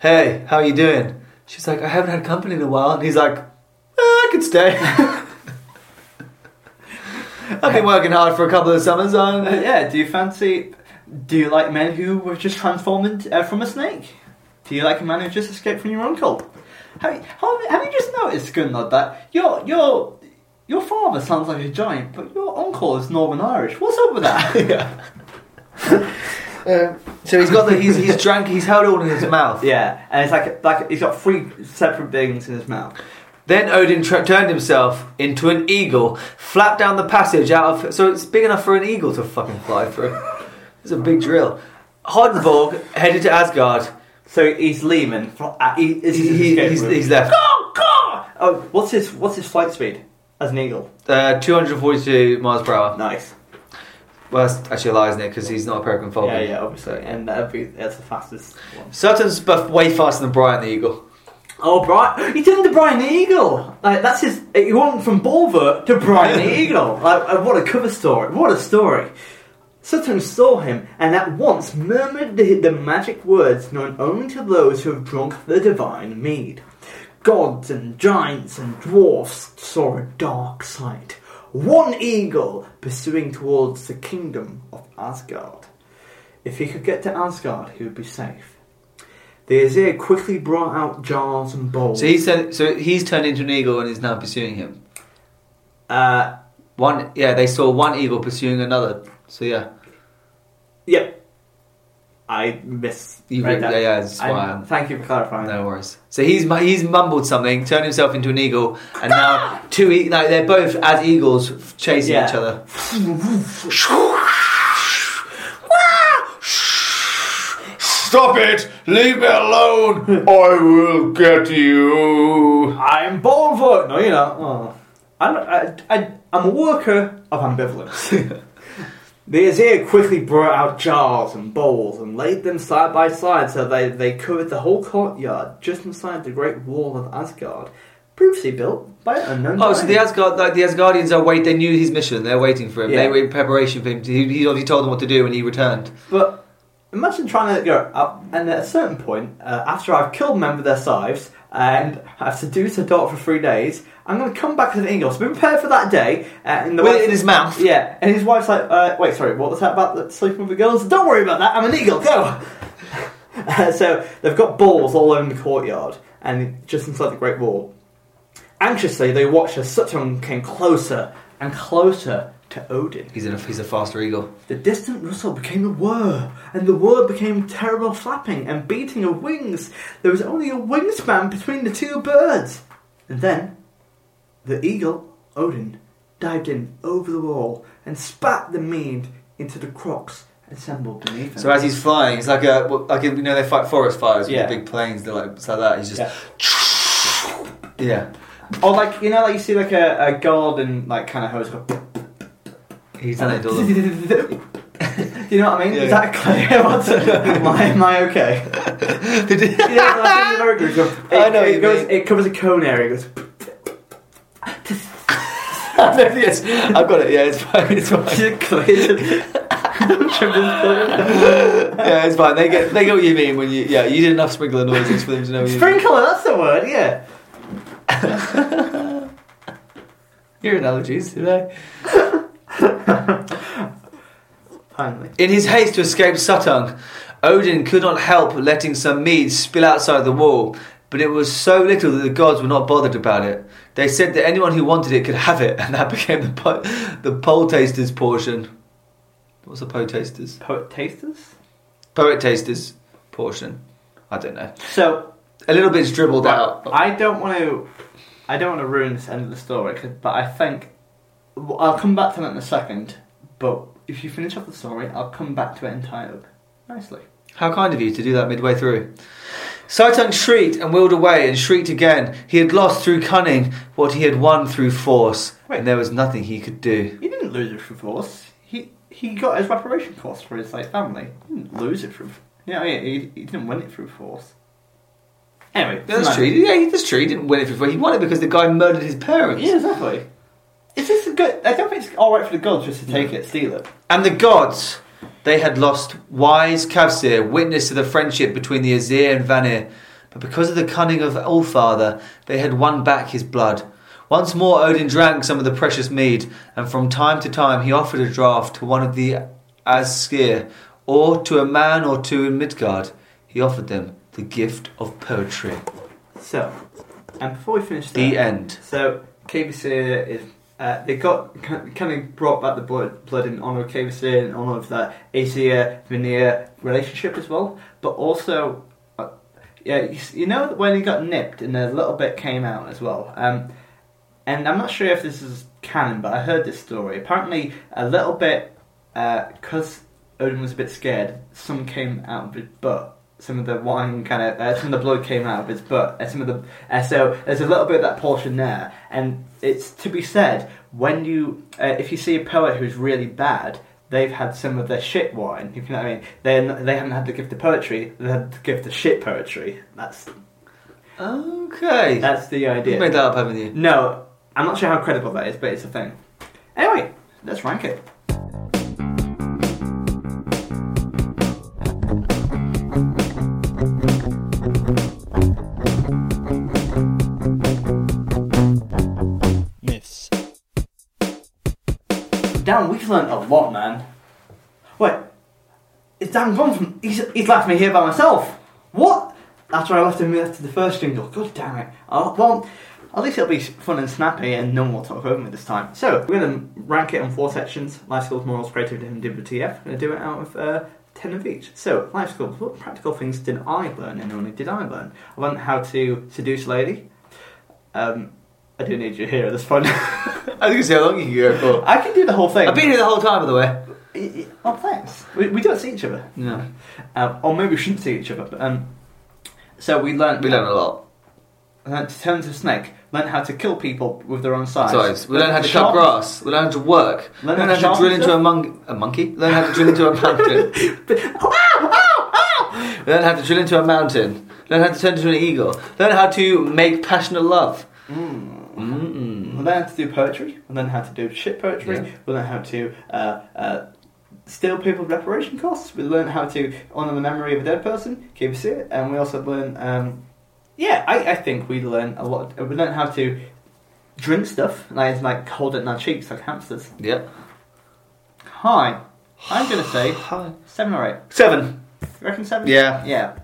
Hey, how are you doing? She's like, I haven't had company in a while. And he's like, "Ah, I could stay. (laughs) I've been working hard for a couple of summers. Uh, I'm... yeah, do you fancy. Do you like men who were just transformed uh, from a snake? Do you like a man who just escaped from your own cult? Have you, have, have you just noticed, Gunnar, that your, your, your father sounds like a giant, but your uncle is Northern Irish? What's up with that? (laughs) Yeah. Um, so he's got the, he's, he's drank, he's held all in his mouth. yeah, and it's like, like he's got three separate things in his mouth. Then Odin tra- turned himself into an eagle, flapped down the passage out of. So it's big enough for an eagle to fucking fly through. It's a big drill. Hoddenborg headed to Asgard. So he's leaving. fl- uh, He, this is his He- escape he's- route. he's left. Caw, caw! Oh, what's his what's his flight speed as an eagle? Uh, 242 miles per hour. Nice. Well, that's actually a lie, isn't it? Because he's not a Peregrine Falcon. Yeah, yeah, obviously, So- and that'd be, that's the fastest one. Sutton's buff way faster than Brian the Eagle. Oh, Brian! He turned to Brian the Eagle. Like that's his. He went from Bulver to Brian (laughs) the Eagle. Like uh, what a cover story! What a story! Sutton saw him and at once murmured the, the magic words known only to those who have drunk the divine mead. Gods and giants and dwarfs saw a dark sight. One eagle pursuing towards the kingdom of Asgard. If he could get to Asgard, he would be safe. The Azir quickly brought out jars and bowls. So he's turned, so he's turned into an eagle and is now pursuing him. Uh, One, yeah, they saw one eagle pursuing another. So yeah, yep. I miss. You read- yeah, yeah, it's fine. Thank you for clarifying. no worries. So he's mu- he's mumbled something, turned himself into an eagle, (laughs) and now two e- like they're both as eagles f- chasing Yeah. each other. Stop it! Leave me alone! I will get you! I'm born for it. No, you're not. Oh. I'm, I, I, I'm a worker of ambivalence. (laughs) the Azir quickly brought out jars and bowls and laid them side by side so they, they covered the whole courtyard just inside the great wall of Asgard, previously built by an unknown. Oh, so giant. the Asgard like the Asgardians are wait. They knew his mission. They're waiting for him. Yeah. They were in preparation for him. To, he, he already told them what to do when he returned. But imagine trying to go up, and at a certain point, uh, after I've killed a member of their sives and I've seduced a daughter for three days, I'm going to come back as an eagle. So be prepared for that day. Uh, and the With wife- it in his mouth. Yeah, and his wife's like, uh, wait, sorry, what was that about the sleeping with the girls? Don't worry about that, I'm an eagle, go! (laughs) Uh, so they've got balls all over the courtyard and just inside the Great Wall. Anxiously, they watched as Sutton came closer and closer to Odin. He's a he's a faster eagle. The distant rustle became a whir, and the whir became terrible flapping and beating of wings. There was only a wingspan between the two birds. And then, the eagle, Odin, dived in over the wall and spat the mead into the crocs assembled beneath him. So as he's flying, it's like a well, like you know they fight forest fires with Yeah. the big planes. They're like it's like that. He's just Yeah. (sniffs) yeah. or like you know, like you see like a, a garden like kind of (laughs) hose. Go, He's done it all. Do you know what I mean? Yeah. Is that (laughs) clear? What's, am, I, am I (laughs) (laughs) okay? You know, like in America, it goes- I it, know what you goes, mean. it covers a cone area. It goes. yes, I've got it. Yeah, it's fine. It's (laughs) fine. Yeah, it's fine. They get they get what you mean when you yeah you did enough sprinkler noises for them to know. What you mean. Sprinkler, that's the word, yeah. Your analogies today. Finally. In his haste to escape Suttung, Odin could not help letting some mead spill outside the wall, but it was so little that the gods were not bothered about it. They said that anyone who wanted it could have it, (laughs) and that became the po- the pole tasters' portion. What's a pole tasters? Poet tasters? Poet tasters' portion. I don't know. So, A little bit's dribbled out. I don't want to. I don't want to ruin this end of the story, 'cause- but I think. well, I'll come back to that in a second, but if you finish up the story, I'll come back to it entirely. Nicely. How kind of you to do that midway through. Saitan shrieked and wheeled away and shrieked again. He had lost through cunning what he had won through force, Wait. and there was nothing he could do. He didn't lose it through force. He he got his reparation cost for his like family. He didn't lose it through. Yeah, I mean, he, he didn't win it through force. Anyway, Yeah, that's no. true. Yeah, he- that's true. He didn't win it for free. He won it because the guy murdered his parents. Yeah, exactly. Is this a good? I don't think it's all right for the gods just to take it, steal it. And the gods, they had lost wise Kavsir, witness to the friendship between the Azir and Vanir. But because of the cunning of Allfather, they had won back his blood. Once more, Odin drank some of the precious mead, and from time to time he offered a draught to one of the Asir, or to a man or two in Midgard. He offered them the gift of poetry. So, and before we finish, The that, end. So Cavasir is. Uh, they got kind of brought back the blood, blood in honor of Cavasir and honor of that Aesir Veneer relationship as well, but also. uh, Yeah, you, s- you know when he got nipped and a little bit came out as well. Um, and I'm not sure if this is canon, but I heard this story. Apparently, a little uh, bit because Odin was a bit scared, some came out of his butt. some of the wine kind of uh, some of the blood came out of his butt. And some of the uh, so there's a little bit of that portion there, and it's to be said when you uh, if you see a poet who's really bad. They've had some of their shit wine, if you know what I mean. Then they haven't had the gift of poetry; they had the gift of shit poetry. That's Okay. that's the idea. you made that up, haven't you? No, I'm not sure how credible that is, but it's a thing. Anyway, let's rank it. Myths. Dan, we've learned a lot, man. Wait, is Dan gone from? He's, he's left me here by myself. What? After I left him after the first jingle. God damn it. Oh, well, at least it'll be fun and snappy, and no one will talk over me this time. So we're gonna rank it in four sections: life skills, morals, creativity, and WTF. We're gonna do it out of. Uh, 10 of each. So, life skills. What practical things did I learn and only did I learn? I learned how to seduce a lady. Um, I do need you here at this point. (laughs) I I think it's how long you can go for. can do the whole thing. I've been here the whole time, by the way. Y- y- Oh, thanks. We, we don't see each other. No. Um, or maybe we shouldn't see each other. But, um, so we learned. We learn a lot. Learned to turn to a snake. Learned how to kill people with their own size. Size. We learn how to cut sharpen- grass. We learn how to work. We Learn learn how how to to drill sharpen into a, mon- a monkey. Learn how to drill into a (laughs) mountain. Learn how to drill into a mountain. Learn how to turn into an eagle. Learn how to make passionate love. We Mm. learned how to do poetry. We learned how to do shit poetry. Yeah. We learned how to uh, uh, steal people's reparation costs. We learned how to honour the memory of a dead person. Keep it serious. And we also learned. Um, yeah, I, I think we learned a lot. Uh, We learned how to drink stuff. Like, like hold it in our cheeks like hamsters. Yep. Hi. I'm gonna say Hi. seven or eight. Seven. You reckon seven? Yeah. Yeah.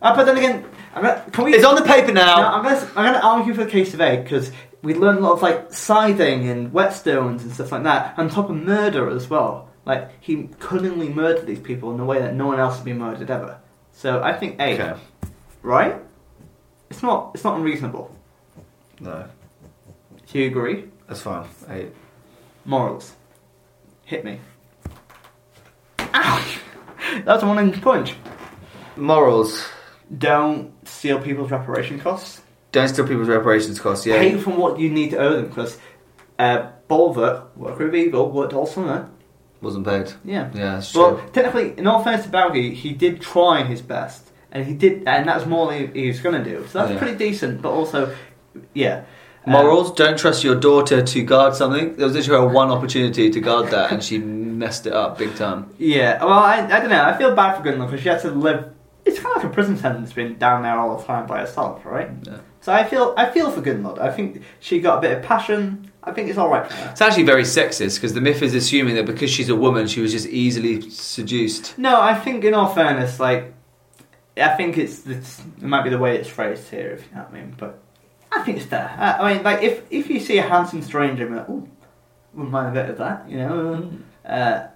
Uh, but then again, I'm gonna, can we? It's on the paper No, now. I'm, gonna, I'm gonna argue for the case of eight because we learn a lot of like siding and whetstones and stuff like that, on top of murder as well. Like he cunningly murdered these people in a way that no one else has been murdered ever. So I think eight, Okay. right? It's not. It's not unreasonable. No. Do you agree? That's fine. Eight. Morals. Hit me. (laughs) Ouch! That was a one-inch punch. Morals. Don't steal people's reparation costs. Don't steal people's reparations costs. Yeah. Pay from what you need to owe them because uh, Bolver, worker of evil, worked all summer. Wasn't paid. Yeah. Yeah, that's true. Well, technically, in all fairness to Balgi, he did try his best, and he did, and that's more than he was going to do. So that's Yeah. pretty decent, but also, yeah. Um, Morals: Don't trust your daughter to guard something. There was literally her one opportunity to guard that, and she messed it up big time. Yeah, well, I, I don't know. I feel bad for Gunnar because she had to live. It's kind of like a prison sentence being down there all the time by herself, right? Yeah. So I feel I feel for Gunnar. I think she got a bit of passion. I think it's all right for her. It's actually very sexist because the myth is assuming that because she's a woman, she was just easily seduced. No, I think in all fairness, like I think it's, it's it might be the way it's phrased here, if you know what I mean. But I think it's fair. I, I mean, like if if you see a handsome stranger, and be like, oh, wouldn't mind a bit of that, you know. Uh,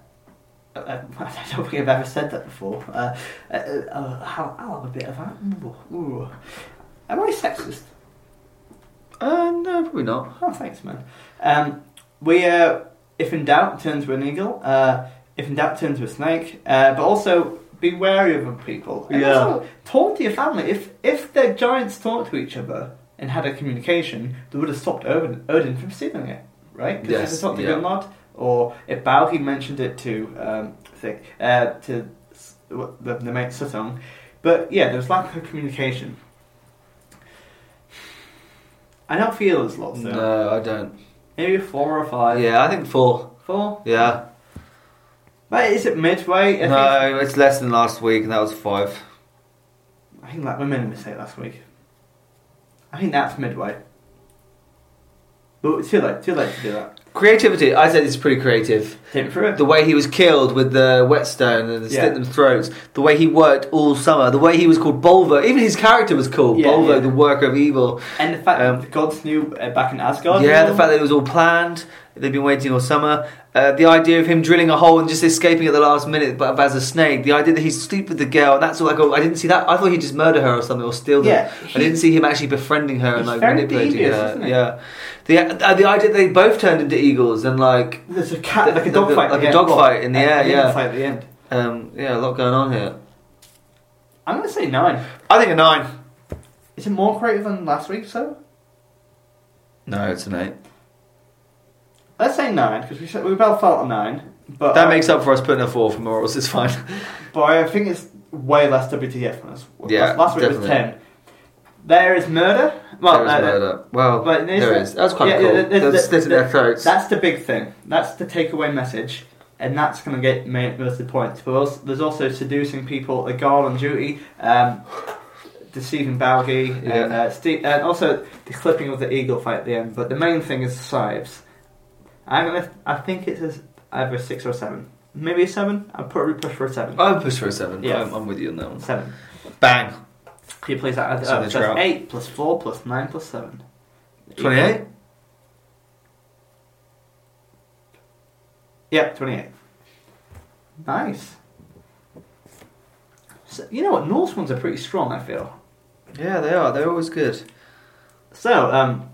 I, I don't think I've ever said that before. Uh, uh, uh, I'll, I'll have a bit of that. Ooh, ooh. Am I sexist? Uh, no, probably not. (laughs) Oh, thanks, man. Um, we, uh, if in doubt, turn to an eagle. Uh, if in doubt, turn to a snake. Uh, but also be wary of people. And Yeah. also, talk to your family. If if the giants talked to each other and had a communication, they would have stopped Odin, Odin from stealing it, right? Because Yes, if they talked to yeah. Grimlod, or if Balgi mentioned it to um, think, uh, to s- what- the, the mate Sutton. But yeah, there was lack of communication. I don't feel as lost though. No, I don't. Uh, Maybe four or five. Yeah, I think four. Four? Yeah. But is it midway? I, think, No, it's less than last week, and that was five. I think that was a mistake last week. I think that's midway. But it's too late, too late to do that. Creativity. I said it's pretty creative. Hit for it. The way he was killed with the whetstone and the Yeah. slit them throats. The way he worked all summer. The way he was called Bolver. Even his character was called Yeah, Bolver, yeah. the worker of evil. and the fact um, that the gods knew uh, back in Asgard. yeah, you know? the fact that it was all planned. They'd been waiting all summer. Uh, the idea of him drilling a hole and just escaping at the last minute, but as a snake. The idea that he sleep with the girl. And that's all I got. I didn't see that. I thought he'd just murder her or something or steal them. Yeah, I didn't see him actually befriending her and He's like very manipulating devious, her. isn't he? Yeah. The uh, the idea that they both turned into eagles and like There's a cat, like a the- dog the- fight. like a yeah, dog well, fight in the and- air, and then um, yeah. it's like at the end. um, yeah, a lot going on here. I'm going to say nine. I think a nine. Is it more creative than last week's So No, it's an eight. Let's say nine because we said we both felt a nine. But That uh, makes up for us putting a four for morals. It's fine. But I think it's way less WTF than us. Yeah, last, last week was definitely. ten. There is murder. Well, There is uh, murder. Well, But there is. That's quite yeah, cool. yeah, the- They're the- slitting the- their throats. That's the big thing. That's the takeaway message, and that's going to get made most of the points. But also, there's also seducing people, a guard on duty, um, deceiving Balgi, and, Yeah. uh, Steve, and also the clipping of the eagle fight at the end. But the main thing is Sives. I'm gonna, I think it's a, either a six or a seven, maybe a seven. I'd probably push for a seven. I'll push for a seven. Yeah. I'm, I'm with you on that one. Seven. Bang. Can you please add? So oh, the so that's drought. eight plus four plus nine plus seven. 28? Yep, 28. Nice. So, you know what? Norse ones are pretty strong, I feel. Yeah, they are. They're always good. So, um,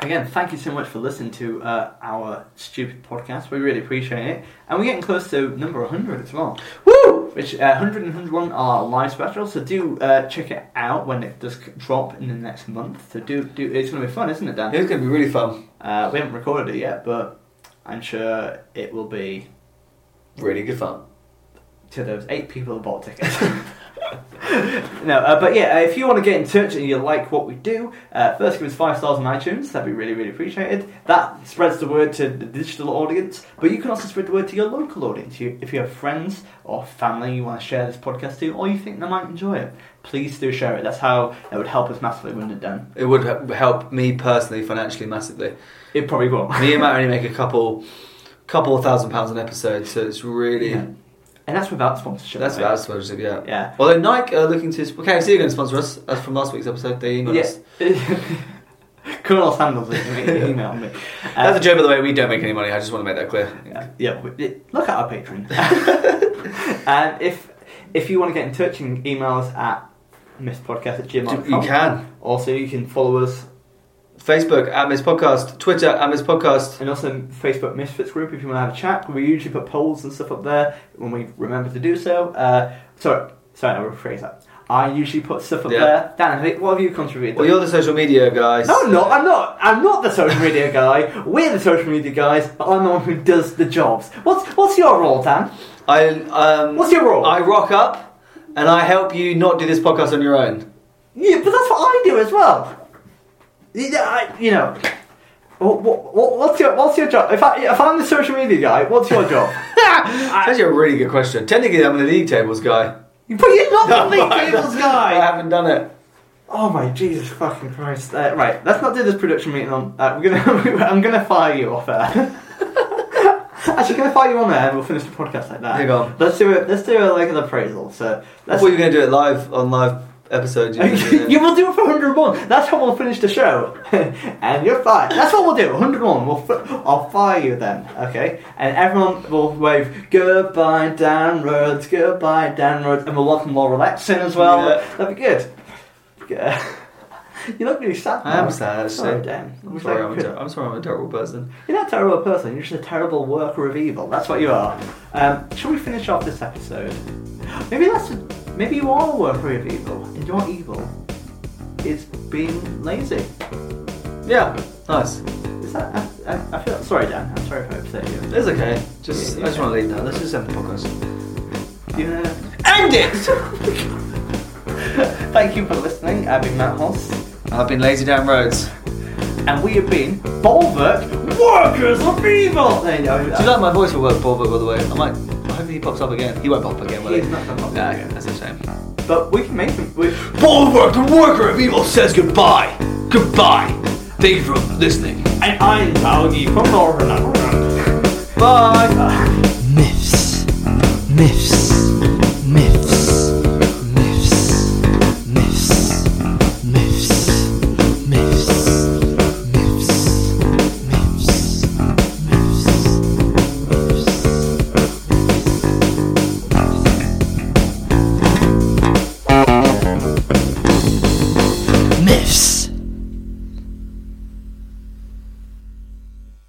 again, thank you so much for listening to uh, our stupid podcast. We really appreciate it. And we're getting close to number 100 as well. Woo! Which uh, 100 and 101 are live specials, so do uh, check it out when it does c- drop in the next month. So do, do it's going to be fun, isn't it, Dan? It's going to be really fun. Uh, we haven't recorded it yet, but I'm sure it will be Really good fun. to those eight people who bought tickets. no, uh, but yeah, uh, if you want to get in touch and you like what we do, uh, first give us five stars on iTunes. That'd be really, really appreciated. That spreads the word to the digital audience, but you can also spread the word to your local audience. You, if you have friends or family you want to share this podcast to, or you think they might enjoy it, please do share it. That's how it would help us massively, wouldn't it, Dan? It would he- help me personally financially massively. It probably won't. Me and Matt only make a couple, couple of thousand pounds an episode, so it's really Yeah. And that's without sponsorship. that's right? what I sponsorship. Yeah. Yeah. Although Nike are looking to okay, so you're going to sponsor us. That's from last week's episode. They (laughs) emailed us. Yeah. Colonel Sandals is going to email me. Uh, (laughs) That's a joke, by the way. We don't make any money. I just want to make that clear. Yeah, yeah we, it- look at our Patreon. (laughs) and if if you want to get in touch, you can email us at misspodcast at gmail.com. You can Also, you can follow us Facebook at Miss Podcast, Twitter at Miss Podcast. and also Facebook Misfits group if you want to have a chat. We usually put polls and stuff up there when we remember to do so. Uh, sorry, sorry, I'll rephrase that. I usually put stuff up Yeah. there. Dan, I think- what have you contributed? Well, you're the social media guys. no, I'm not. I'm not. I'm not the social media guy. We're the social media guys, but I'm the one who does the jobs. What's what's your role, Dan? I um. What's your role? I rock up, and I help you not do this podcast on your own. (laughs) Yeah, but that's what I do as well. Yeah, I, you know, what, what, what's your what's your job? If I if I'm the social media guy, what's your (laughs) job? That's actually a really good question. Technically, I'm the league tables guy. but you're not the league I- tables I guy. haven't done it. Oh my Jesus fucking Christ! Uh, right, let's not do this production meeting on. Uh, we're gonna (laughs) I'm gonna fire you off air. (laughs) Actually, gonna fire you on there, and we'll finish the podcast like that. Yeah, go on. Let's do it. Let's do a, like an appraisal. So I let's. thought you were going to do it live on live episodes. You know. (laughs) you will do it for 101. That's how we'll finish the show. (laughs) and you're fired. That's what we'll do. 101. We'll fi- I'll fire you then. Okay? And everyone will wave, goodbye, Dan Rhodes, goodbye, Dan Rhodes. And we'll welcome Laura Lexin as well. Yeah. That'd be good. Good. (laughs) you look really sad. I am now. sad, actually. Sorry, Dan. I'm Wish I sorry, I'm a could- ter- I'm sorry, I'm a terrible person. You're not a terrible person. You're just a terrible worker of evil. That's what you are. Um, shall we finish off this episode? Maybe that's. Maybe you are a worker of evil, and your evil is being lazy. Yeah, nice. Is that? I, I, I feel sorry, Dan. I'm sorry if I upset you. It's okay. Just, Yeah, I just want to leave now. Let's just end the podcast. Do you (laughs) know? End it! Thank you for listening. I've been Matt Hoss, (laughs) I've been lazy down roads. and we have been Bulwark Workers of Evil. There you go. Do you like my voice for work, Bobo, by the way? I might. I hope he pops up again. He won't pop up again, will he? He's not gonna pop up Nah, again. that's a shame. But we can make them. We, Bulwark, the worker of evil, says goodbye. Goodbye. Thank you for listening. and I'm Balgi from Northern Ireland. Bye. Myths. Myths.